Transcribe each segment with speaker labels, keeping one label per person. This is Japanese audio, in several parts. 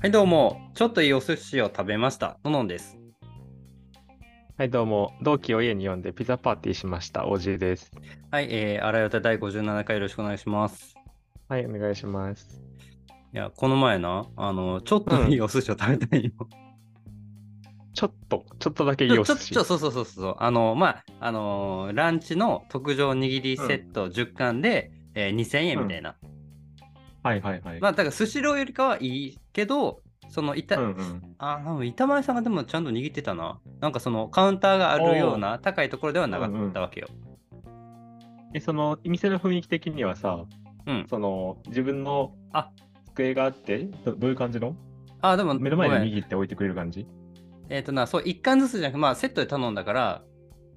Speaker 1: はい、どうも。ちょっといいお寿司を食べました。ののんです。
Speaker 2: はい、どうも。同期を家に呼んでピザパーティーしました。OG です。
Speaker 1: はい、えー、あらよた第57回よろしくお願いします。
Speaker 2: はい、お願いします。
Speaker 1: いや、この前な、あの、ちょっといいお寿司を食べたいよ。
Speaker 2: ちょっと、ちょっとだけいいお
Speaker 1: ちょ
Speaker 2: 寿
Speaker 1: っと、
Speaker 2: 司
Speaker 1: ちょ。そうそうそうそう。あの、まあ、あのーランチの特上握りセット10巻で、えー2000円みたいな。
Speaker 2: はいはいはい。
Speaker 1: まあ、だから、スシローよりかはいいけど、その、いた、
Speaker 2: うんうん。
Speaker 1: あの、板前さんがでもちゃんと握ってたな。なんかその、カウンターがあるような高いところではなかったわけよ。
Speaker 2: え、その、店の雰囲気的にはさ、
Speaker 1: うん
Speaker 2: その、自分の
Speaker 1: あ
Speaker 2: 机があって、どどういう感じの
Speaker 1: あ、でも、
Speaker 2: 目の前
Speaker 1: ご
Speaker 2: に
Speaker 1: めん
Speaker 2: 握って置いてくれる感じ
Speaker 1: えっ、とな、そう、一貫ずつじゃなくまあ、セットで頼んだから、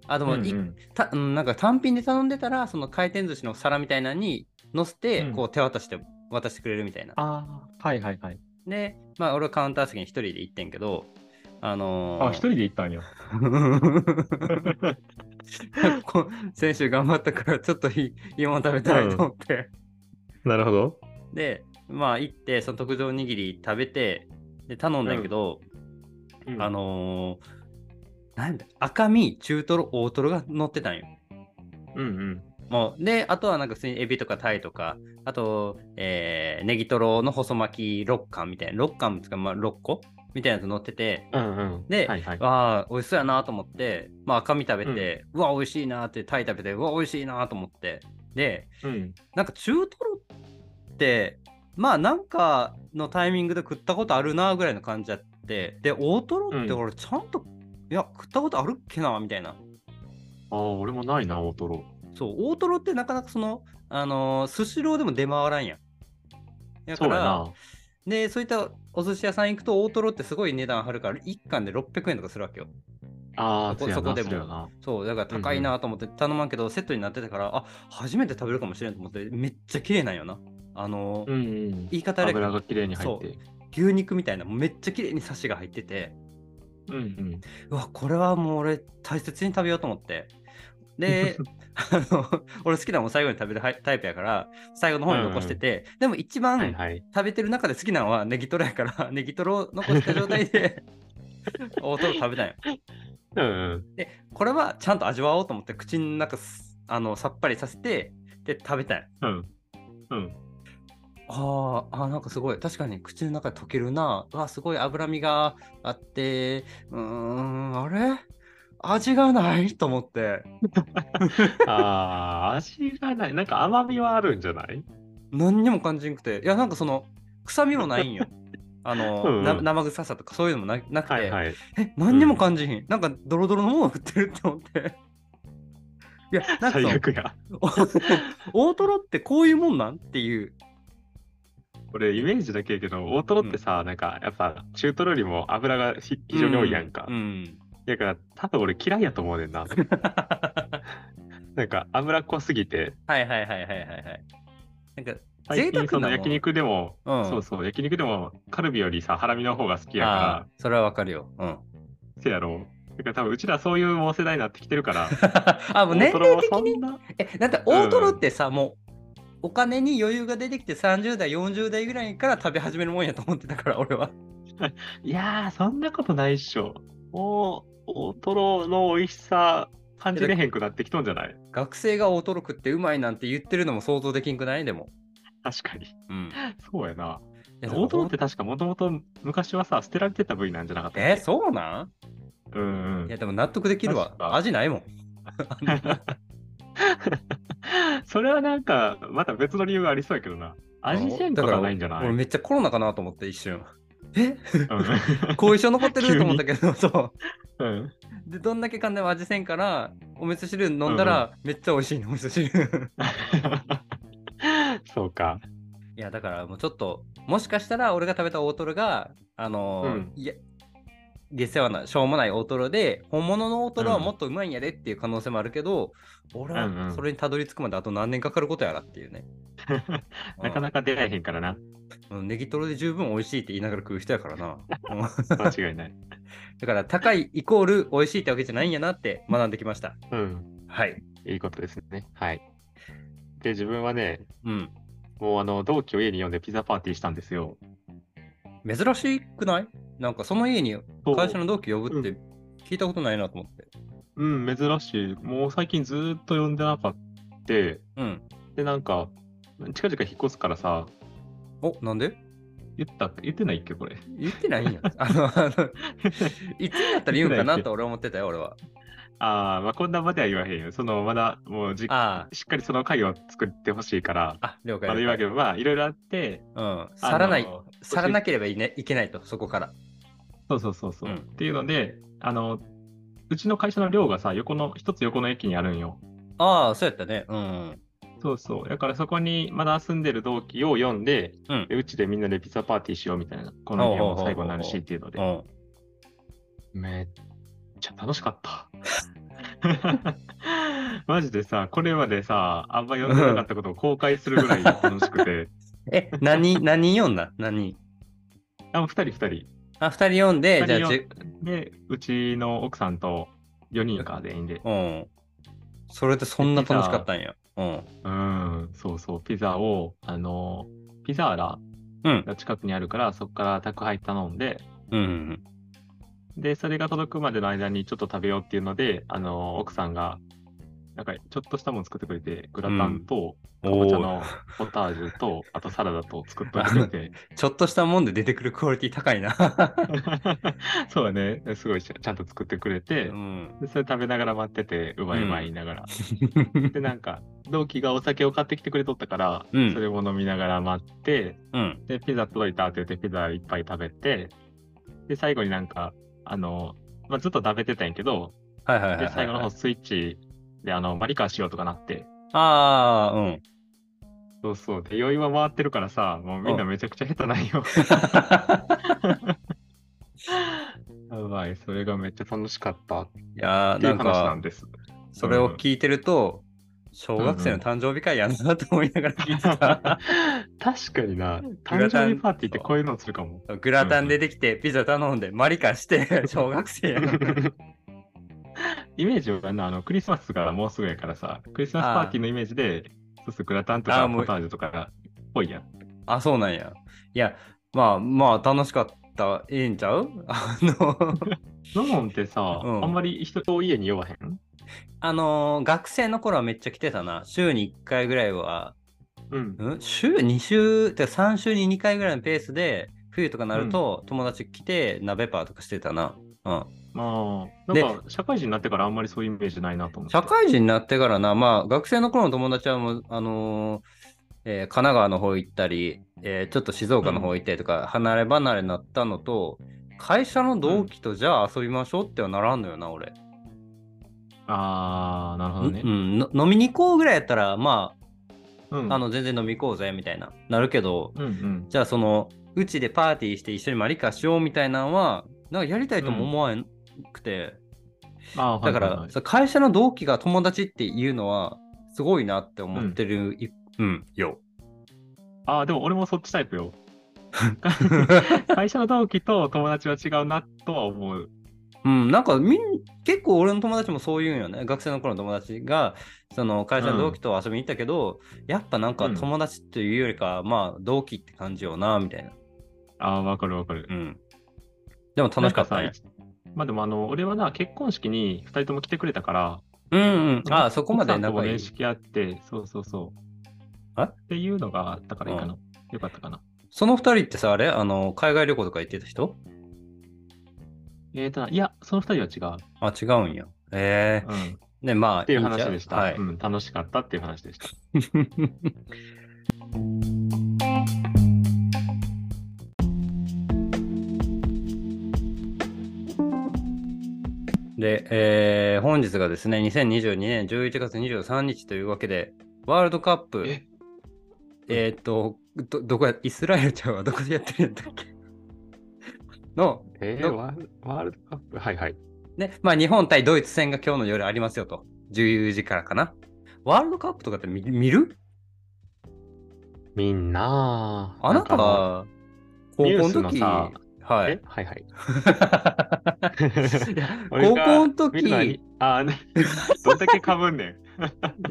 Speaker 1: あ、でも、
Speaker 2: うん
Speaker 1: い
Speaker 2: うん
Speaker 1: たうんなんか単品で頼んでたら、その回転寿司の皿みたいなのに乗せて、
Speaker 2: うん
Speaker 1: こう手渡して、渡してくれるみたいな。
Speaker 2: ああ、はいはいはい。
Speaker 1: で、まあ、俺はカウンター席に一人で行ってんけど、あのー、
Speaker 2: あ、一人で行ったんよ。
Speaker 1: こ先週頑張ったから、ちょっといいいいもの食べたいと思って。
Speaker 2: なるほど。
Speaker 1: で、まあ、行って、その特上おにぎり食べて、で、頼んだけど、あ
Speaker 2: の、
Speaker 1: のー、なんだ赤身、中トロ、大トロが乗ってたんよ。
Speaker 2: うんうん。
Speaker 1: もうで、あとはなんか普通にエビとかタイとか、あと、えーネギトロの細巻き6貫みたいな、6貫つか、まあ、6個みたいなやつ乗ってて、
Speaker 2: うんうん。
Speaker 1: で
Speaker 2: はいはい。
Speaker 1: わあ、美味しそうやなと思って、まあ、赤身食べて、うわ、美味しいなって、タイ食べて、うわ、美味しいなと思って。で、
Speaker 2: うん。
Speaker 1: なんか中トロって、まあ、なんかのタイミングで食ったことあるなぐらいの感じやって、で、大トロって
Speaker 2: うん
Speaker 1: 俺、ちゃんと、いや、食ったことあるっけなみたいな。
Speaker 2: ああ、俺もないな、大トロ。
Speaker 1: そう、大トロってなかなかその、あのースシローでも出回らんやん。だか
Speaker 2: そうや
Speaker 1: ら、
Speaker 2: な。
Speaker 1: で、そういったお寿司屋さん行くと、大トロってすごい値段張るから、1貫で600円とかするわけよ。
Speaker 2: ああ、
Speaker 1: そこ
Speaker 2: そうや
Speaker 1: そこ
Speaker 2: な、
Speaker 1: で
Speaker 2: そ
Speaker 1: も
Speaker 2: うやな。
Speaker 1: そう、だから高いなと思って頼まんけど、セットになってたから、あ初めて食べるかもしれんと思って、めっちゃ綺麗なんよな。あのー
Speaker 2: うんうん。
Speaker 1: 言い方あれやけど
Speaker 2: 油が綺麗に入って。
Speaker 1: 牛肉みたいな、めっちゃ綺麗にサシが入ってて、
Speaker 2: うんうん。
Speaker 1: うわ、これはもう俺、大切に食べようと思って。 で、あの俺好きなもん最後に食べるタイプやから、最後の方に残してて、でも一番、
Speaker 2: はいはい。
Speaker 1: 食べてる中で好きなのはネギトロやから ネギトロを残した状態 で大トロ食べたんよ
Speaker 2: うんうん。
Speaker 1: でこれはちゃんと味わおうと思って口の中すあのさっぱりさせてで食べたんよ
Speaker 2: うん。うん。
Speaker 1: あーあーなんかすごい確かに口の中で溶けるなうわすごい脂身があってうーんあれ味がないと思って
Speaker 2: ああ、 味がない。なんか甘みはあるんじゃない
Speaker 1: 何にも感じなくていやなんかその臭みもない んよあの、
Speaker 2: うんうん
Speaker 1: な生臭さとかそういうのもななくて、
Speaker 2: はいはい。
Speaker 1: え何にも感じひん、なんかドロドロのものを売ってるって思って いやなんか
Speaker 2: 最悪や。
Speaker 1: その 大トロってこういうもんなんっていう
Speaker 2: 俺、イメージだけやけど、大トロってさ、なんか、やっぱ、中トロよりも油がひ非常に多いやんか
Speaker 1: う。ん、
Speaker 2: だから、多分俺嫌いやと思うねんな。なんか、油っこすぎて、
Speaker 1: はいはいはいはいはいはいなんか贅沢
Speaker 2: 最近そ
Speaker 1: な
Speaker 2: の
Speaker 1: もん
Speaker 2: 焼肉でも、
Speaker 1: うん
Speaker 2: そうそう、焼肉でも、カルビよりさ、ハラミの方が好きや
Speaker 1: あ
Speaker 2: か
Speaker 1: ーそれはわかるようん
Speaker 2: ら、せやろ。だから多分、うちらそういうもう世代になってきてるから、
Speaker 1: あもう年齢
Speaker 2: 大ト
Speaker 1: 的
Speaker 2: ロは
Speaker 1: に
Speaker 2: そんな
Speaker 1: えだって大トロってさ、もうお金に余裕が出てきて30代40代ぐらいから食べ始めるもんやと思ってたから俺はい
Speaker 2: やー、そんなことないっしょ。もう、大トロの美味しさ、感じれへんくなってきとんじゃない
Speaker 1: 学生が大トロ食ってうまいなんて言ってるのも想像できんくないでも
Speaker 2: 確かに。
Speaker 1: うんい
Speaker 2: そうやな。
Speaker 1: や
Speaker 2: 大トロって確かもともと昔はさ、捨てられてた部位なんじゃなかったっけ
Speaker 1: えそうなん
Speaker 2: うんうん
Speaker 1: いやでも納得できるわ
Speaker 2: 確。か
Speaker 1: 味ないもん。
Speaker 2: それはなんか、また別の理由がありそうやけどな。味せんと
Speaker 1: だか
Speaker 2: からないんじゃない
Speaker 1: 俺めっちゃコロナかなと思って一瞬。え
Speaker 2: う
Speaker 1: 後遺症残って
Speaker 2: 急
Speaker 1: る
Speaker 2: に
Speaker 1: と思ったけど、そ
Speaker 2: んうん
Speaker 1: う。で、どんだけ噛んでも味せんから、お味噌汁飲んだらめっちゃ美味しいの、お味噌汁。
Speaker 2: そうか。
Speaker 1: いや、だからもうちょっと、もしかしたら俺が食べた大トロが、あのー
Speaker 2: うん
Speaker 1: いや、下世話な、しょうもない大トロで、本物の大トロはもっとうまいんやでっていう可能性もあるけど、俺
Speaker 2: うんう
Speaker 1: は
Speaker 2: ん
Speaker 1: それにたどり着くまであと何年かかることやらっていうね。
Speaker 2: なかなか出会えへんからな。
Speaker 1: うんネギトロで十分美味しいって言いながら食う人やからな。うん
Speaker 2: 間違いない。
Speaker 1: だから高いイコール美味しいってわけじゃないんやなって学んできました。
Speaker 2: うん。
Speaker 1: はい。
Speaker 2: いいことですね。はい。で、自分はね、
Speaker 1: うん。
Speaker 2: もうあの同期を家に呼んでピザパーティーしたんですよ。
Speaker 1: 珍しくないなんかその家に
Speaker 2: そう
Speaker 1: 会社の同期呼ぶって聞いたことないなと思って。
Speaker 2: うん、珍しい。もう最近ずーっと呼んでなかった。で、
Speaker 1: うん。
Speaker 2: なんか、近々引っ越すからさ、
Speaker 1: お、なんで
Speaker 2: 言った、言ってないっけ、これ。
Speaker 1: 言って ないんや。あの、あの、いつになったら言うんかなと俺は思ってたよ、俺は。
Speaker 2: ああ、まあ、こんなまでは言わへんよ。その、まだ、もうじ、
Speaker 1: あ
Speaker 2: しっかりその会を作ってほしいから、
Speaker 1: あ、あ、了
Speaker 2: まだ
Speaker 1: 解。
Speaker 2: 言わんけど、まあ、いろいろあって、
Speaker 1: うん。
Speaker 2: あの
Speaker 1: 去らない、去らなければい,、ね、いけないと、そこから。
Speaker 2: そうそうそうそう、
Speaker 1: うん
Speaker 2: っていうので、あの、うちの会社の寮がさ、横の、一つ横の駅にあるんよ。
Speaker 1: ああ、そうやったね。うん。
Speaker 2: そうそう。だからそこにまだ住んでる同期を読んで、
Speaker 1: うん
Speaker 2: でうちでみんなでピザパーティーしようみたいな、この日も最後になるしっていうの
Speaker 1: う
Speaker 2: で、
Speaker 1: ん。
Speaker 2: めっちゃ楽しかった。 マジでさ、これまでさ、あんま読んでなかったことを公開するぐらい楽しくて、
Speaker 1: え、何、何読んだ何
Speaker 2: あ、もう二人二人。
Speaker 1: あ、二人読んで、じゃあ、
Speaker 2: 二
Speaker 1: じ
Speaker 2: 人で、うちの奥さんと4人か全員で。
Speaker 1: うん。それでそんな楽しかったんや。うん。
Speaker 2: うん、そうそう、ピザを、あの、ピザーラ
Speaker 1: うん。
Speaker 2: が近くにあるから、そこから宅配頼んで、
Speaker 1: うん。
Speaker 2: で、それが届くまでの間にちょっと食べようっていうので、あの、奥さんが、なんか、ちょっとしたもの作ってくれて、グラタンと、
Speaker 1: う
Speaker 2: か
Speaker 1: ん
Speaker 2: ぼちゃ
Speaker 1: お
Speaker 2: のポタージュ と、あとサラダと作っといてくれて、
Speaker 1: ちょっとしたもんで出てくるクオリティ高いな。
Speaker 2: そうだね、すごいちゃちゃんと作ってくれ
Speaker 1: う
Speaker 2: て、
Speaker 1: ん。
Speaker 2: でそれ食べながら待ってて、うまいうまい言いながら。で、なんか、同期がお酒を買ってきてくれとったから、
Speaker 1: うん
Speaker 2: それも飲みながら待って、
Speaker 1: うん。
Speaker 2: で、ピザ届いたって言って、ピザいっぱい食べて、で、最後になんか、あの、まあ、ずっと食べてたんやけど、
Speaker 1: はいはいはいはい、
Speaker 2: で、最後の方スイッチで、あの、マリカーしようとかなって。
Speaker 1: ああ、うん。
Speaker 2: そうそう。で、余韻は回ってるからさ、もうみんなめちゃくちゃ下手なんよ。やばい、それがめっちゃ楽しかったっ
Speaker 1: いやー
Speaker 2: てい
Speaker 1: な
Speaker 2: うん話なん
Speaker 1: か、
Speaker 2: です。
Speaker 1: それを聞いてると、小学生の誕生日会やなと思いながら聞いてた。
Speaker 2: 確かにな、
Speaker 1: グラ
Speaker 2: 誕
Speaker 1: タン
Speaker 2: 生日パーティーってこういうのをするかも。
Speaker 1: グラタン出てきて、ピザ頼んで、マリカして、小学生やな。
Speaker 2: イメージはな、あの、クリスマスがもうすぐやからさ、クリスマスパーティーのイメージで、そうそう、グラタンと
Speaker 1: あー
Speaker 2: か
Speaker 1: もう
Speaker 2: ポタージュとかっぽいやん。
Speaker 1: あ、そうなんや。いや、まあまあ、楽しかった。ええんちゃう あの、
Speaker 2: ノモンってさ、
Speaker 1: うん
Speaker 2: あんまり人と家に酔わへん
Speaker 1: あのー学生の頃はめっちゃ来てたな。週に1回ぐらいは、
Speaker 2: うん。
Speaker 1: ん週2週ってか3週に2回ぐらいのペースで、冬とかなると友達来て鍋パーとかしてたな。うん。
Speaker 2: まあ、
Speaker 1: で
Speaker 2: なんか社会人になってからあんまりそういうイメージないなと思って。
Speaker 1: 社会人になってからな、まあ学生の頃の友達はもう、あのーえー神奈川の方行ったり、えーちょっと静岡の方行ってとか、離れ離れになったのと、会社の同期とじゃあ遊びましょうってはならんのよな、俺。
Speaker 2: ああ、なるほどね
Speaker 1: う。ん、の飲みに行こうぐらいやったら、ま
Speaker 2: うん。
Speaker 1: あ、あの、全然飲み行こうぜ、みたいな、なるけど、
Speaker 2: うんうん。
Speaker 1: じゃあ、その、うちでパーティーして一緒にマリカしようみたいなのは、なんかやりたいとも思わなくて、
Speaker 2: あー
Speaker 1: だか
Speaker 2: はいはい
Speaker 1: ら
Speaker 2: はい、
Speaker 1: そう会社の同期が友達っていうのは、すごいなって思ってる、いうん、よ。
Speaker 2: ああ、でも俺もそっちタイプ よ。会社の同期と友達は違うなとは思う。
Speaker 1: うん、なんかみん結構俺の友達もそう言うんよね学生の頃の友達がその会社の同期と遊びに行ったけど、やっぱなんか
Speaker 2: うん
Speaker 1: 友達というよりか、まあ同期って感じよなみたいな、
Speaker 2: ああ、わかるわかる
Speaker 1: う。ん、でも楽しかった
Speaker 2: な
Speaker 1: ね
Speaker 2: んさまあでもあの、俺はな、結婚式に2人とも来てくれたから、
Speaker 1: うんうんああそこまで
Speaker 2: なんか
Speaker 1: 仲い
Speaker 2: 面
Speaker 1: い
Speaker 2: 識あって、そうそうそう。
Speaker 1: あ
Speaker 2: っていうのがあったからいいかな。よかったかな。
Speaker 1: その二人ってさあれあの海外旅行とか行ってた人
Speaker 2: えーとな、いや、その2人は違う。
Speaker 1: あ違うんやえ
Speaker 2: うん。 っ
Speaker 1: えねまあ
Speaker 2: ていうん
Speaker 1: ちゃ
Speaker 2: 話でした。
Speaker 1: はい、
Speaker 2: うん、楽しかったっていう話でした。
Speaker 1: で、えー本日がですね、2022年11月23日というわけで、ワールドカップ、
Speaker 2: え
Speaker 1: えーっと、ど、どこや、イスラエルちゃんはどこでやってるんだっけ の、
Speaker 2: えー、
Speaker 1: ど
Speaker 2: ワールワールドカップはいはい。
Speaker 1: ね、まあ日本対ドイツ戦が今日の夜ありますよと、10時からかな。ワールドカップとかって見見る
Speaker 2: みんな
Speaker 1: あなた
Speaker 2: は
Speaker 1: は、高校の
Speaker 2: ニュースの
Speaker 1: 時、
Speaker 2: さ
Speaker 1: は
Speaker 2: え
Speaker 1: い。
Speaker 2: はいはい。
Speaker 1: いや
Speaker 2: 俺
Speaker 1: 高
Speaker 2: が
Speaker 1: 校の
Speaker 2: 見るのは
Speaker 1: 時、
Speaker 2: あ ーねどんだけかぶんね
Speaker 1: い
Speaker 2: ん。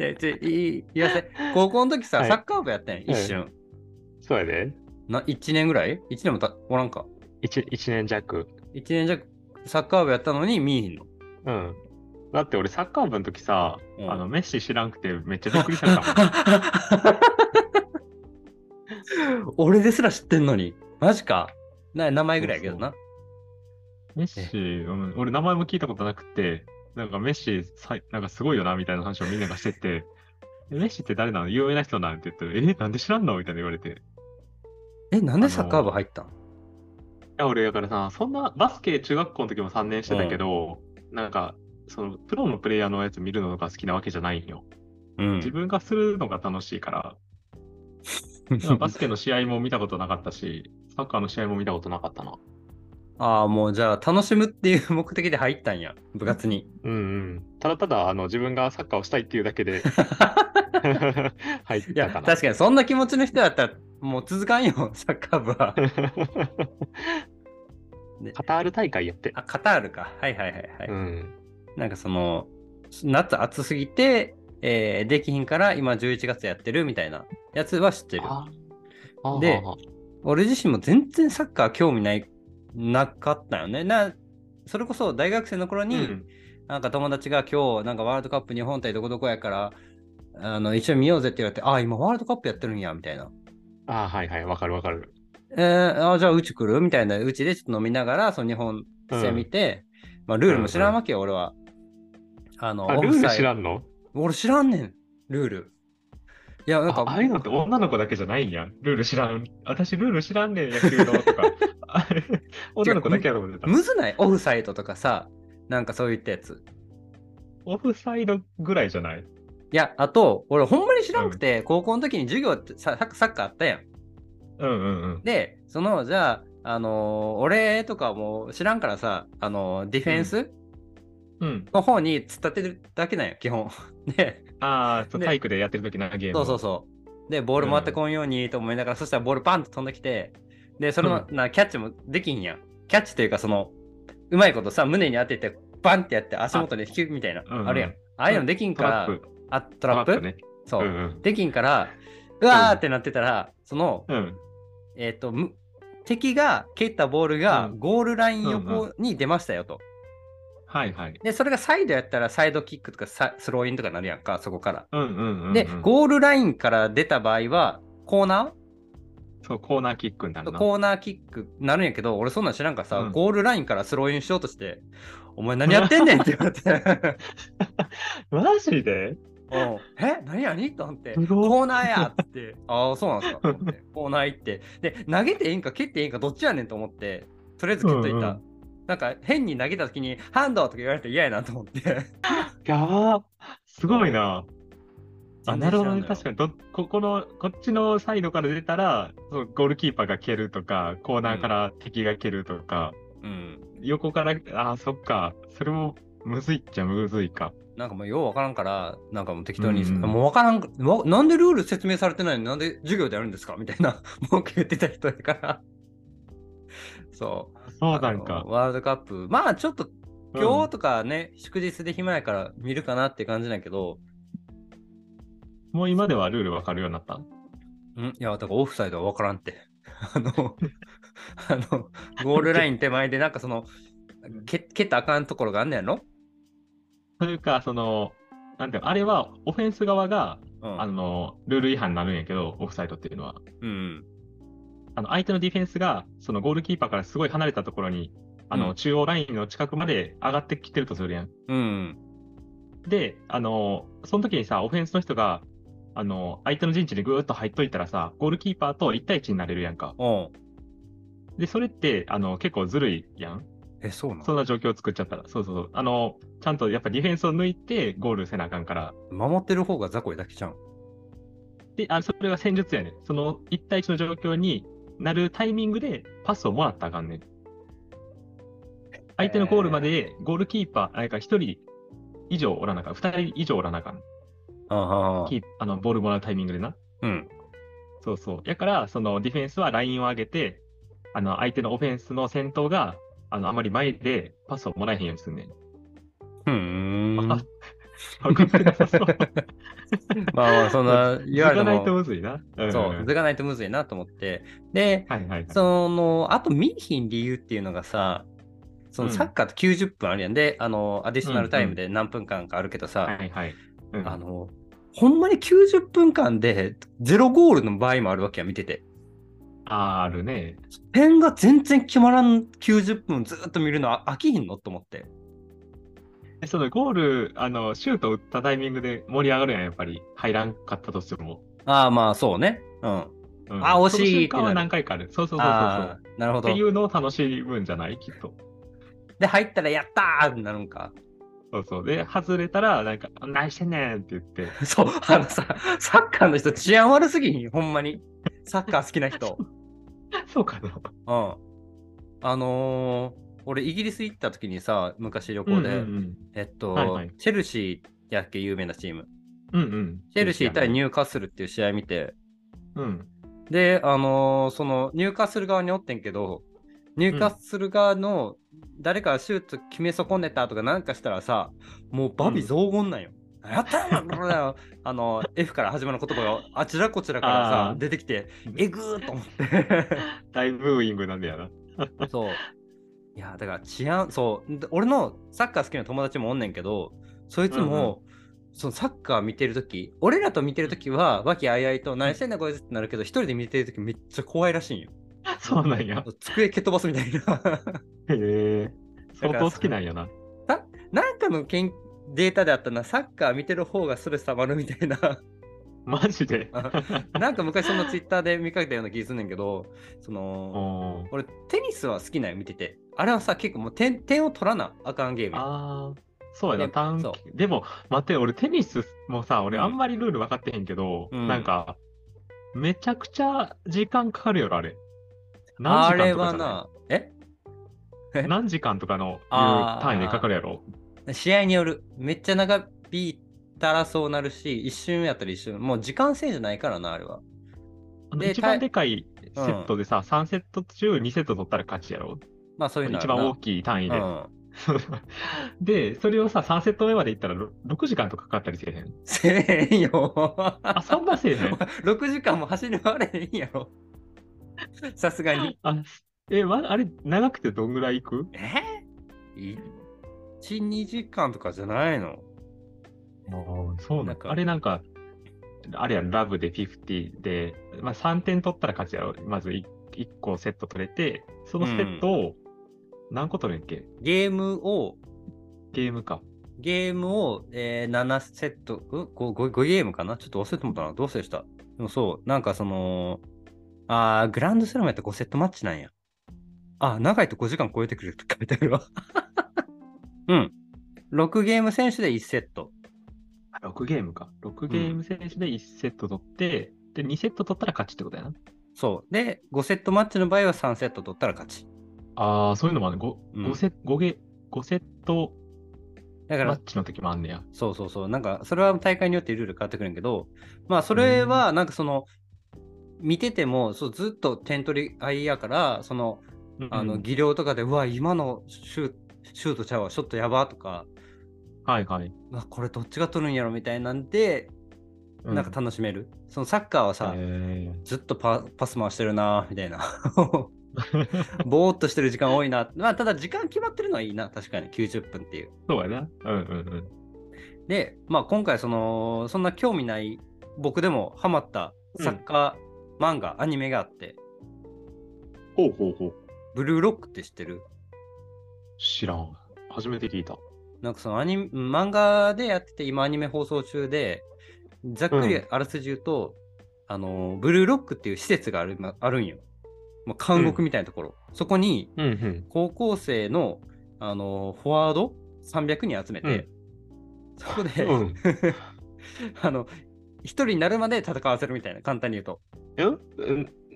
Speaker 1: やちょいい言わせ高校の時さ、
Speaker 2: はい
Speaker 1: サッカー部やったんや一瞬。
Speaker 2: そうやで。
Speaker 1: な1年ぐらい ?1 年もたおらんか。
Speaker 2: 1, 一年弱。
Speaker 1: 1年弱サッカー部やったのに見えへん の。
Speaker 2: うん。だって俺サッカー部の時さ、
Speaker 1: うん
Speaker 2: あのメッシ知らんくてめっちゃびっくりした かもん
Speaker 1: 俺ですら知ってんのに。マジか。な名前ぐらいやけどな。
Speaker 2: メッシ、うん俺名前も聞いたことなくて、なんかメッシさい、なんかすごいよなみたいな話をみんながしてて、えメッシって誰なの有名な人なんって言ったら、え、なんで知らんのみたいな言われて。い
Speaker 1: え、なんでサッカー部入ったん、
Speaker 2: や、俺だからさ、そんなバスケ中学校の時も3年してたけど、なんか、そのプロのプレイヤーのやつ見るのが好きなわけじゃないんよ。
Speaker 1: うん
Speaker 2: 自分がするのが楽しいから、 まあバスケの試合も見たことなかったし、サッカーの試合も見たことなかったな。
Speaker 1: ああ、もうじゃあ楽しむっていう目的で入ったんや、部活に。
Speaker 2: うんうん。ただただ、あの、自分がサッカーをしたいっていうだ けで入っ
Speaker 1: いや、
Speaker 2: たか な。
Speaker 1: 確かにそんな気持ちの人だったらもう続かんよ、 サッカー部は。 ね
Speaker 2: カタール大会やって。
Speaker 1: あ、カタールか。はいはいはいはい。
Speaker 2: うん。
Speaker 1: なんかその、夏暑すぎて、えーできひんから今11月やってるみたいなやつは知ってる。
Speaker 2: あ
Speaker 1: で
Speaker 2: あ
Speaker 1: 俺自身も全然サッカー興味ないなかったよね。なそれこそ大学生の頃
Speaker 2: う
Speaker 1: に、
Speaker 2: ん、
Speaker 1: なんか友達が今日なんかワールドカップ日本対どこどこやからあの一緒に見ようぜって言われて、あ、今ワールドカップやってるんやみたいな。
Speaker 2: あーはいはい、わかるわかる。
Speaker 1: えー、あじゃあうち来るみたいな、うちでちょっと飲みながら、その日本戦見て、まあ、ルールも知らんわけよ、俺は。あの、
Speaker 2: あ
Speaker 1: オ
Speaker 2: ル
Speaker 1: フ
Speaker 2: ール
Speaker 1: サイ
Speaker 2: 知
Speaker 1: ド
Speaker 2: らんの
Speaker 1: 俺知らんねん、ルール。いや、なんか、
Speaker 2: あああいうのって女の子だけじゃないんや。ルール知らん。私ルール知らんねん、野球のとか。 あれ女の子だけやと思ってた。
Speaker 1: むずないオフサイドとかさ、なんかそういったやつ。
Speaker 2: オフサイドぐらいじゃない
Speaker 1: いや、あと、俺ほんまに知らんくて、高校の時に授業ってさサッサッカーあったやん。
Speaker 2: うんうんうん。
Speaker 1: で、その、じゃあ、あのー俺とかもう知らんからさ、あのーディフェンス
Speaker 2: うん。
Speaker 1: の方に突っ立てるだけなんよ、基本。 で、
Speaker 2: ああ、そう
Speaker 1: で
Speaker 2: 体育でやってる時なゲーム。
Speaker 1: そうそうそう。で、ボール回ってこんようにと思いながら、そしたらボールパンと飛んできて、で、その、なキャッチもできんやん。キャッチというか、その、うまいことさ、胸に当てて、バンってやって、足元で引くみたいな、
Speaker 2: うんうん
Speaker 1: あるやん。ああいうのできん
Speaker 2: ト
Speaker 1: か
Speaker 2: ラ
Speaker 1: ら
Speaker 2: ッ、プ。
Speaker 1: あ、トラップ
Speaker 2: ね。う
Speaker 1: そう、
Speaker 2: んうん。
Speaker 1: できんから、うわーってなってたら、その、
Speaker 2: うん。
Speaker 1: えっ、と、む敵が蹴ったボールが
Speaker 2: うん
Speaker 1: ゴールライン
Speaker 2: うんう
Speaker 1: 横に出ましたよと。
Speaker 2: はいはい。
Speaker 1: で、それがサイドやったらサイドキックとかサスローインとかなるやんか、そこから。
Speaker 2: うんうんうん、うん。
Speaker 1: で、ゴールラインから出た場合は、コーナ
Speaker 2: そう、コーナーキックになる
Speaker 1: ー
Speaker 2: な。
Speaker 1: コーナーキックなるんやけど、俺そんなん知らんからさ、
Speaker 2: うん
Speaker 1: ゴールラインからスローインしようとして、お前何やってんねんって言わ れて、
Speaker 2: マジで
Speaker 1: おうえ何やにと思って、
Speaker 2: すごい
Speaker 1: コーナーやっつって、ああ、そうなんすかと思っ て、コーナー行って、で、投げていいんか蹴っていいんかどっちやねんと思って、とりあえず蹴っといた。
Speaker 2: うんうん
Speaker 1: なんか変に投げた時にハンドとか言われて嫌やなと思って。
Speaker 2: やばーすごいな。あ、なるほどね。
Speaker 1: か
Speaker 2: 確かにど、ここの、こっちのサイドから出たら、そうゴールキーパーが蹴るとか、コーナーから敵が蹴るとか、
Speaker 1: に。うん。
Speaker 2: 横から、あー、そっか。それも、むずいっちゃむずいか。
Speaker 1: なんかもうようわからんから、なんかもう適当に、
Speaker 2: うんうん
Speaker 1: もうわからんく、わなんでルール説明されてないのになんで授業でやるんですかみたいな 文句言ってた人やから。そう。
Speaker 2: そうなん
Speaker 1: あ
Speaker 2: か
Speaker 1: の。ワールドカップ、まあちょっと
Speaker 2: うん
Speaker 1: 今日とかね、祝日で暇やから見るかなって感じなんやけど、
Speaker 2: もう今ではルールわかるようになった
Speaker 1: んいや、だからオフサイドは分からんって。 あの、あの、ゴールライン手前で、なんかその、蹴蹴ったらあかんところがあんねやろ
Speaker 2: というか、その、なんていうのあれは、オフェンス側が、
Speaker 1: うん。
Speaker 2: あの、ルール違反になるんやけど、オフサイドっていうのは。
Speaker 1: うん。
Speaker 2: あの、相手のディフェンスが、そのゴールキーパーからすごい離れたところに、あ
Speaker 1: うん
Speaker 2: の、中央ラインの近くまで上がってきてるとするやん。
Speaker 1: うん。
Speaker 2: で、あの、その時にさ、オフェンスの人が、あの、相手の陣地にぐーっと入っといたらさ、ゴールキーパーと1対1になれるやんか。
Speaker 1: おう
Speaker 2: で、それって、あの、結構ずるいやん。
Speaker 1: え、そうなの
Speaker 2: そんな状況を作っちゃったら。そうそうそう。あの、ちゃんとやっぱディフェンスを抜いてゴールせなあかんから。
Speaker 1: 守ってる方が雑魚いだけじゃん。
Speaker 2: で、あそれが戦術やねん。その1対1の状況になるタイミングでパスをもらったらあかんねん。相手のゴールまでゴールキーパー、あれか1人以上おらなあかん。2人以上おらなあかん。
Speaker 1: ああ
Speaker 2: キーあの、ボールもらうタイミングでな。
Speaker 1: うん。
Speaker 2: そうそう。やから、そのディフェンスはラインを上げて、あの、相手のオフェンスの先頭が、あの、あまり前でパスを もらえへんようにすんね
Speaker 1: う
Speaker 2: ん。
Speaker 1: ん。
Speaker 2: わかってなさそう
Speaker 1: まあまあ、そんな言われて
Speaker 2: かないと
Speaker 1: も、
Speaker 2: むずいな。ん
Speaker 1: そう、図がないとむずいなと思って。で、
Speaker 2: はいはいはい。
Speaker 1: その、あと見えひん理由っていうのがさ、その
Speaker 2: うん
Speaker 1: サッカーって90分あるやんで、あの、アディショナルタイムで何分間かあるけどさ、
Speaker 2: はいはい。うん
Speaker 1: あの、ほんまに90分間で0ゴールの場合もあるわけや、見てて。
Speaker 2: あるね。
Speaker 1: 点が全然決まらん90分ずっと見るのあ飽きひんのと思って。
Speaker 2: えそのゴール、あの、シュート打ったタイミングで盛り上がるやん、やっぱり。入らんかったとしても。
Speaker 1: ああ、まあそうね。うん。
Speaker 2: うん
Speaker 1: あ惜しい
Speaker 2: そ
Speaker 1: ってな
Speaker 2: の瞬間
Speaker 1: る
Speaker 2: は何回かある。そうそうそうそう
Speaker 1: ああ、なるほど
Speaker 2: そう。ってい。うのを楽しむんじゃないきっと。
Speaker 1: で、入ったらやったーってなるんか。
Speaker 2: そうそう。で、外れたら、なんか、何してんねんって言って。
Speaker 1: そう、あのさ、サッカーの人治安悪すぎひん、ほんまに。サッカー好きな 人。
Speaker 2: そうかな。
Speaker 1: うん。あのー俺、イギリス行った時にさ、昔旅行で、
Speaker 2: うんうん
Speaker 1: えっと、
Speaker 2: はいはい
Speaker 1: チェルシーやっけ、有名なチーム。
Speaker 2: うん。うんうん
Speaker 1: チェルシー対ニューカッスルっていう試合見て、
Speaker 2: うん。
Speaker 1: で、あのーその、ニューカッスル側におってんけど、ニューカッスル側の誰かがシュート決め損ねたとかなんかしたらさ、もうバビ雑言なんよ。やったーこれだよあの、F から始まる言葉があちらこちらから
Speaker 2: あ
Speaker 1: さ
Speaker 2: ー、
Speaker 1: 出てきて、えぐーっと思って。
Speaker 2: 大ブーイングなんだよな。
Speaker 1: そう。いや、だから治安、そう、で俺のサッカー好きな友達もおんねんけど、そいつも、そのサッカー見てるとき、俺らと見てるときは、和気あいあいと、何してんだこいつってなるけど、一人で見てるときめっちゃ怖いらしいんよ。
Speaker 2: そうなんや。
Speaker 1: 机蹴飛ばすみたいな。
Speaker 2: へえ。相
Speaker 1: だから
Speaker 2: 当好きなんやな。
Speaker 1: なんかの研データであったな、サッカー見てる方がストレス溜まるみたいな、
Speaker 2: マジで。
Speaker 1: なんか昔そのツイッターで見かけたような気がすんねんけど、その、
Speaker 2: おー
Speaker 1: 俺テニスは好きなんよ、見てて。あれはさ、結構もう点点を取らなあかんゲームやん。
Speaker 2: ああ、そうやな、
Speaker 1: で
Speaker 2: 短
Speaker 1: そう
Speaker 2: 期。でも、待って、俺テニスもさ、俺
Speaker 1: うん
Speaker 2: あんまりルール分かってへんけど、
Speaker 1: うん
Speaker 2: なんか、めちゃくちゃ時間かかるよろ、あれ。
Speaker 1: あ
Speaker 2: 何時
Speaker 1: れ
Speaker 2: 間とか
Speaker 1: は
Speaker 2: じゃな
Speaker 1: な、え
Speaker 2: い何時間とかのいう
Speaker 1: あー
Speaker 2: 単位でかかるやろ。
Speaker 1: 試合による。めっちゃ長引いたらそうなるし、一瞬やったら一瞬。もう時間制じゃないからな、あれは。
Speaker 2: あの
Speaker 1: で
Speaker 2: 一
Speaker 1: たい
Speaker 2: 番でかいセットでさ、3セット中2セット取ったら勝ちやろ。
Speaker 1: まあそういうのあ
Speaker 2: 一
Speaker 1: るな
Speaker 2: 番大きい単位で。
Speaker 1: うん。
Speaker 2: で、それをさ、3セット目までいったらろ6時間とかかかったりせえへん。
Speaker 1: せえへん よ。
Speaker 2: あ、そんなせえへん。
Speaker 1: 6時間も走り回れへんやろ。さすがに。
Speaker 2: あ、え、ま、あれ、長くてどんぐらいいく
Speaker 1: え ?1、2時間とかじゃないの
Speaker 2: ああ、そう
Speaker 1: な
Speaker 2: なんん
Speaker 1: か
Speaker 2: か。あれなんか、あれやん、ラブで50で、まあ、3点取ったら勝ちやろ。まず 1, 個セット取れて、そのセットを何個取れんっけ、
Speaker 1: ゲームを、
Speaker 2: ゲームか。
Speaker 1: ゲームを、えー7セット、うん 5, 5, 5ゲームかなちょっと忘れてもったな。どうせした。でもそう、なんかその、あーグランドスラムやったら5セットマッチなんや。あ、長いと5時間超えてくるって書いてあるわ。 うん。6ゲーム選手で1セット。
Speaker 2: あ6ゲームか。6ゲーム選手で1セット取って、で、2セット取ったら勝ちってことやな。
Speaker 1: そう。で、5セットマッチの場合は3セット取ったら勝ち。
Speaker 2: ああ、そういうのもあるね。5,
Speaker 1: うん
Speaker 2: セット、5ゲ、5セット
Speaker 1: だか
Speaker 2: マ
Speaker 1: ら
Speaker 2: ッ、チの時もあんねや。
Speaker 1: そうそうそう。なんか、それは大会によってルール変わってくるんやけど、まあ、それは、なんかその、見てても、そうずっと点取り合いやから、その、あの
Speaker 2: うん
Speaker 1: 技量とかで、うわ、今のシューシュートちゃうわ、ショットやばとか、
Speaker 2: はいはい。
Speaker 1: うわ、これどっちが取るんやろみたいなんで、なんか楽しめる。そのサッカーはさ、
Speaker 2: へー
Speaker 1: ずっとパパス回してるな、みた いな。ぼーっとしてる時間多いな。まあ、ただ時間決まってるのはいいな、確かに90分っていう。
Speaker 2: そうやな。うんうんうん。
Speaker 1: で、まあ、今回その、そんな興味ない、僕でもハマったサッカー、漫画、アニメがあって、
Speaker 2: ほうほうほう。
Speaker 1: ブルーロックって知ってる
Speaker 2: 知らん。初めて聞いた。
Speaker 1: なんかそのアニメ漫画でやってて、今アニメ放送中で、ざっく
Speaker 2: う
Speaker 1: り
Speaker 2: ん
Speaker 1: あらすじ言うと、あの、ブルーロックっていう施設があるまあるんよ。もう監獄みたいなところ。そこに、
Speaker 2: うんうん。
Speaker 1: 高校生の、あの、フォワード300人集めて、そこで、
Speaker 2: うん。
Speaker 1: あの、一人になるまで戦わせるみたいな、簡単に言うと。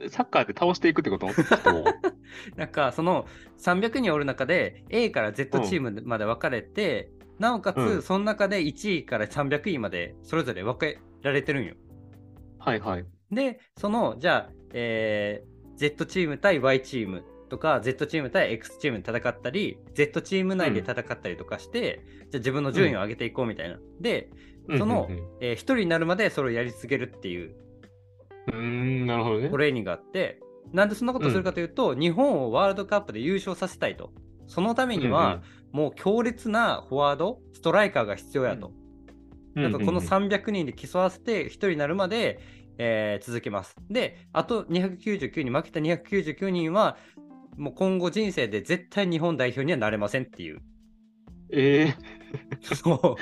Speaker 2: えサッカーで倒していくっ てこと人を
Speaker 1: なんかその300人おる中で A から Z チームまで分かれて、なおか
Speaker 2: う
Speaker 1: つ
Speaker 2: ん
Speaker 1: その中で1位から300位までそれぞれ分けられてるんよ。
Speaker 2: はいはい。
Speaker 1: でそのじゃあ、えー Z チーム対 Y チームとか Z チーム対 X チームで戦ったり Z チーム内で戦ったりとかして、じゃあ自分の順位を上げていこうみたいな。でその
Speaker 2: うんうん
Speaker 1: えー一人になるまでそれをやり続けるっていう
Speaker 2: うん、うーんなるほどね
Speaker 1: ト。レーニングがあって、なんでそんなことをするかというと、日本をワールドカップで優勝させたいと。そのためには、もう強烈なフォワード、ストライカーが必要やと。
Speaker 2: うん
Speaker 1: な
Speaker 2: うんん
Speaker 1: かこの300人で競わせて1人になるまで、えー続けます。で、あと299人、負けた299人は、もう今後人生で絶対日本代表にはなれませんって いう。
Speaker 2: え
Speaker 1: そう
Speaker 2: ー、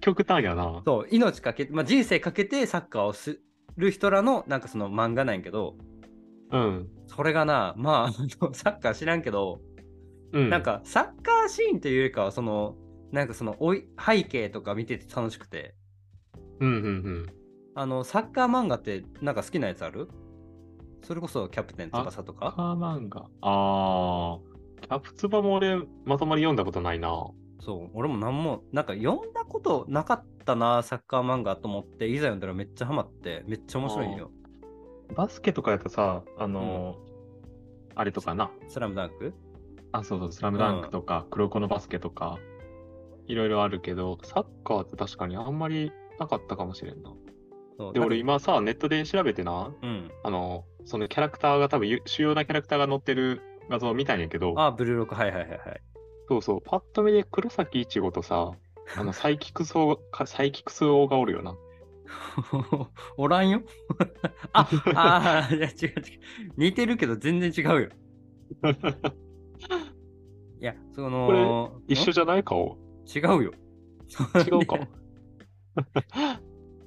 Speaker 2: 極端やな。
Speaker 1: そう命かけ、まあ、人生かけてサッカーをする人らのなんかその漫画なんやけど、
Speaker 2: うん。
Speaker 1: それがな、まああの、サッカー知らんけど、
Speaker 2: うん、
Speaker 1: なん、かサッカーシーンというよりかは、その、なんかそのおい背景とか見てて楽しくて、
Speaker 2: うんうんうん。
Speaker 1: あの、サッカー漫画ってなんか好きなやつあるそれこそキャプテン翼と
Speaker 2: サッ
Speaker 1: か
Speaker 2: カー漫画。あー、キャプツバも俺、まとまり読んだことないな。
Speaker 1: そう、俺もなんも、なんか読んだことなかったな、サッカー漫画と思って、いざ読んだらめっちゃハマって、めっちゃ面白いんよ。
Speaker 2: バスケとかやったらさ、あのーあれとかな。
Speaker 1: スラムダンク
Speaker 2: あ、そうそう、スラムダンクとか、黒子のバスケとか、いろいろあるけど、サッカーって確かにあんまりなかったかもしれんな。
Speaker 1: そう
Speaker 2: で、
Speaker 1: なんか
Speaker 2: 俺今さ、ネットで調べてな、
Speaker 1: うん。
Speaker 2: あの、そのキャラクターが多分ゆ、主要なキャラクターが載ってる画像を見たんやけど、
Speaker 1: あ、ブルーロック、はいはいはいはい。
Speaker 2: そうそう、パッと見で黒崎いちごとさ、あの、サイキクス王が、サイキクス王がおる よな。
Speaker 1: おらんよ あ、あー、いや違う違う。似てるけど全然違うよ。いや、その、
Speaker 2: 一緒
Speaker 1: ん
Speaker 2: じゃない顔。
Speaker 1: 違うよ。
Speaker 2: 違う か。
Speaker 1: い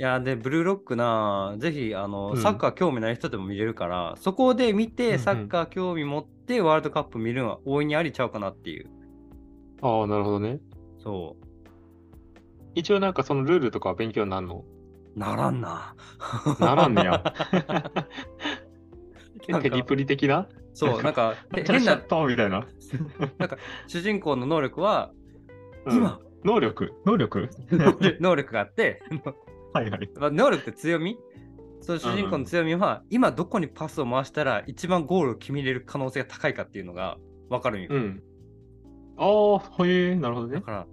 Speaker 1: や、で、ブルーロックな、ぜひ、あの、
Speaker 2: うん
Speaker 1: サッカー興味ない人でも見れるから、そこで見
Speaker 2: うんう
Speaker 1: て、
Speaker 2: ん
Speaker 1: サッカー興味持って、ワールドカップ見るのは大いにありちゃうかなっていう。
Speaker 2: ああ、なるほどね。
Speaker 1: そ
Speaker 2: 一応なんかそのルールとかは勉強になん の
Speaker 1: う。ならんな。
Speaker 2: ならんねや。
Speaker 1: なん
Speaker 2: テ
Speaker 1: か
Speaker 2: リプリ的な
Speaker 1: そう、なん か、へ変
Speaker 2: シャ
Speaker 1: な
Speaker 2: ットみたいな。
Speaker 1: 主人公の能力は、
Speaker 2: うん
Speaker 1: 今、
Speaker 2: 能力能力
Speaker 1: 能力があって、
Speaker 2: はいはい。
Speaker 1: まあ、能力って強みその主人公の強みは、今どこにパスを回したら一番ゴールを決めれる可能性が高いかっていうのが分かるんよ。
Speaker 2: うん。ああ、へえ、なるほど
Speaker 1: だ
Speaker 2: ね。
Speaker 1: から、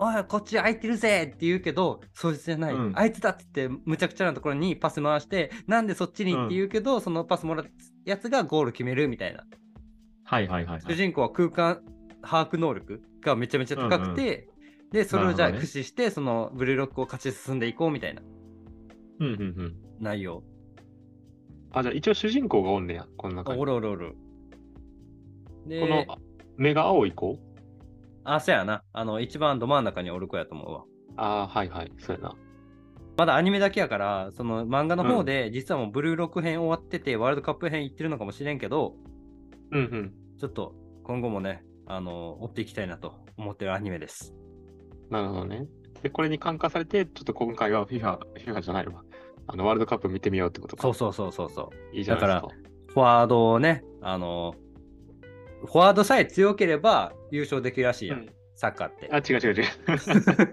Speaker 1: おい、こっち空いてるぜって言うけど、そいつじゃない、
Speaker 2: うん
Speaker 1: あいつだって言って、むちゃくちゃなところにパス回して、なんでそっちにって言うけど、そのパスもらったやつがゴール決めるみたいな。
Speaker 2: はいはいはい、は
Speaker 1: 主
Speaker 2: い。
Speaker 1: 人公は空間把握能力がめちゃめちゃ高くて、で、それをじゃあ
Speaker 2: なるほど
Speaker 1: 駆
Speaker 2: ね
Speaker 1: 使して、そのブルーロックを勝ち進んでいこうみたいな
Speaker 2: うんうんうん。
Speaker 1: 内容。
Speaker 2: あ、じゃあ一応主人公がおんねや、この
Speaker 1: あ
Speaker 2: 中に。
Speaker 1: お
Speaker 2: こ
Speaker 1: るおるおる。で
Speaker 2: の目が青い子
Speaker 1: あ、そうやな。あの、一番ど真ん中におる子やと思うわ。
Speaker 2: ああ、はいはい、そうやな。
Speaker 1: まだアニメだけやから、その漫画の方で、実はもうブルーロック編終わってて、ワールドカップ編行ってるのかもしれんけど、
Speaker 2: うんうん。
Speaker 1: ちょっと今後もね、あの、追っていきたいなと思ってるアニメです。
Speaker 2: なるほどね。で、これに感化されて、ちょっと今回は FIFA、FIFA じゃないわ。あの、ワールドカップ見てみようってことか。。
Speaker 1: そうそうそうそうそう
Speaker 2: いいじゃないですか。
Speaker 1: う。フォワードをね、あの、フォワードさえ強ければ優勝できるらしいやん、
Speaker 2: うん
Speaker 1: サッカーって
Speaker 2: あ、。違う違う違う。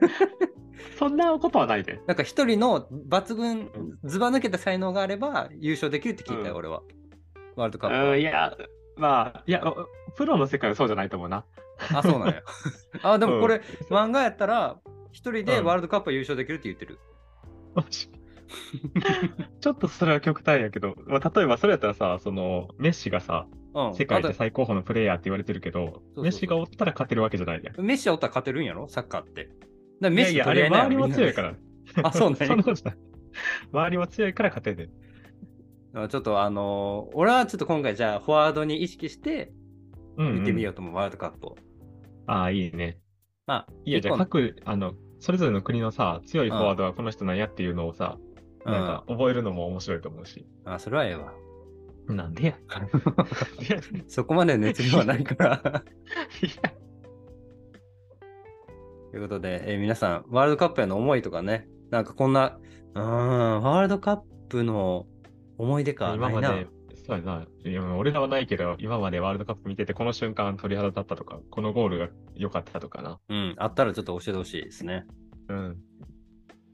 Speaker 2: そんなことはないで。
Speaker 1: なんか一人の抜群
Speaker 2: う、
Speaker 1: ずば抜けた才能があれば優勝できるって聞いたよ、
Speaker 2: うん
Speaker 1: 俺は。ワールドカップは
Speaker 2: うん、いや、まあ、いや、プロの世界はそうじゃないと思 うな。
Speaker 1: あ、そうなんや。あ、でもこれ、
Speaker 2: うん
Speaker 1: 漫画やったら、一人で
Speaker 2: うん
Speaker 1: ワールドカップ優勝できるって言ってる。
Speaker 2: ちょっとそれは極端やけど、まあ、例えばそれやったらさ、そのメッシがさ、
Speaker 1: うん。
Speaker 2: 世界で
Speaker 1: あと
Speaker 2: 最高峰のプレイヤーって言われてるけど、
Speaker 1: そう
Speaker 2: メッシがおったら勝てるわけじゃないやん。
Speaker 1: メッシおったら勝てるんやろサッカーって。だからメッ
Speaker 2: いや
Speaker 1: シ
Speaker 2: いや、あ
Speaker 1: 取り合え
Speaker 2: れ
Speaker 1: ない。
Speaker 2: 周りも強いからら。
Speaker 1: あそうなんや
Speaker 2: んなことない周りも強いから勝てる。
Speaker 1: みんなちょっとあのー俺はちょっと今回じゃあフォワードに意識して
Speaker 2: うん、うん。
Speaker 1: 見てみよ
Speaker 2: う。
Speaker 1: うと思う、ワールドカップを。
Speaker 2: ああ、いいね。
Speaker 1: まあ、
Speaker 2: いいや、
Speaker 1: 一
Speaker 2: じゃあ
Speaker 1: 本
Speaker 2: 各、あの、それぞれの国のさ、強いフォワードはこの人なんやっていうのをさ、
Speaker 1: うん
Speaker 2: なんか覚えるのも面白いと思うし。
Speaker 1: あ、それはええわ。
Speaker 2: なんで や。いや
Speaker 1: そこまで熱量はない から。ということで、えー皆さん、ワールドカップへの思いとかね、なんかこんな、うーん、ワールドカップの思い出か、
Speaker 2: 今
Speaker 1: ない
Speaker 2: ま
Speaker 1: な。
Speaker 2: で、そうやな。いや俺らはないけど、今までワールドカップ見てて、この瞬間鳥肌立ったとか、このゴールが良かったとかな。
Speaker 1: うん、あったらちょっと教えてほしいですね。
Speaker 2: うん。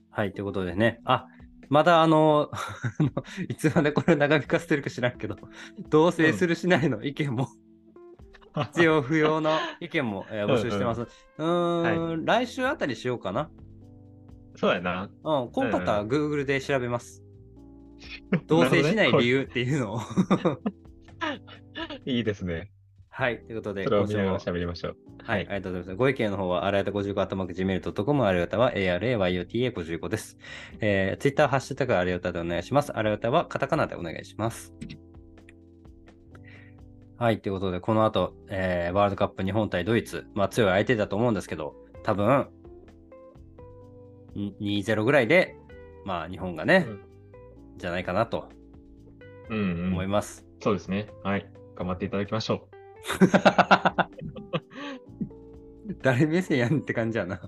Speaker 1: はい、ということでね。あ、まだあの、 あのいつまでこれ長引かせてるか知らんけど、同棲するしないの意見も、必要不要の意見も、えー募集してます。うーん、来週あたりしようかな。
Speaker 2: そうやな。
Speaker 1: うん、このパターン、Google で調べ ます。同棲しない理由っていうのを。
Speaker 2: いいですね。
Speaker 1: はい、ということで、
Speaker 2: それを
Speaker 1: 今
Speaker 2: 見
Speaker 1: 週
Speaker 2: なが
Speaker 1: も
Speaker 2: ら喋りましょう。
Speaker 1: はい、ありがとうございます。ご意見の方は、あらやた55、頭くじめる .com、あらやたは ARAYOTA55 です。えー、Twitter、ハッシュタグあらやたでお願いします。あらやたはカタカナでお願いします。はい、ということで、この後、えーワールドカップ日本対ドイツ、まあ強い相手だと思うんですけど、多分、ん2-0ぐらいで、まあ日本がね、
Speaker 2: うん
Speaker 1: じゃないかなと
Speaker 2: うん、
Speaker 1: 思
Speaker 2: う
Speaker 1: い
Speaker 2: ん。
Speaker 1: ます。
Speaker 2: そうですね。はい。頑張っていただきましょ
Speaker 1: 誰目線やんって感じやな。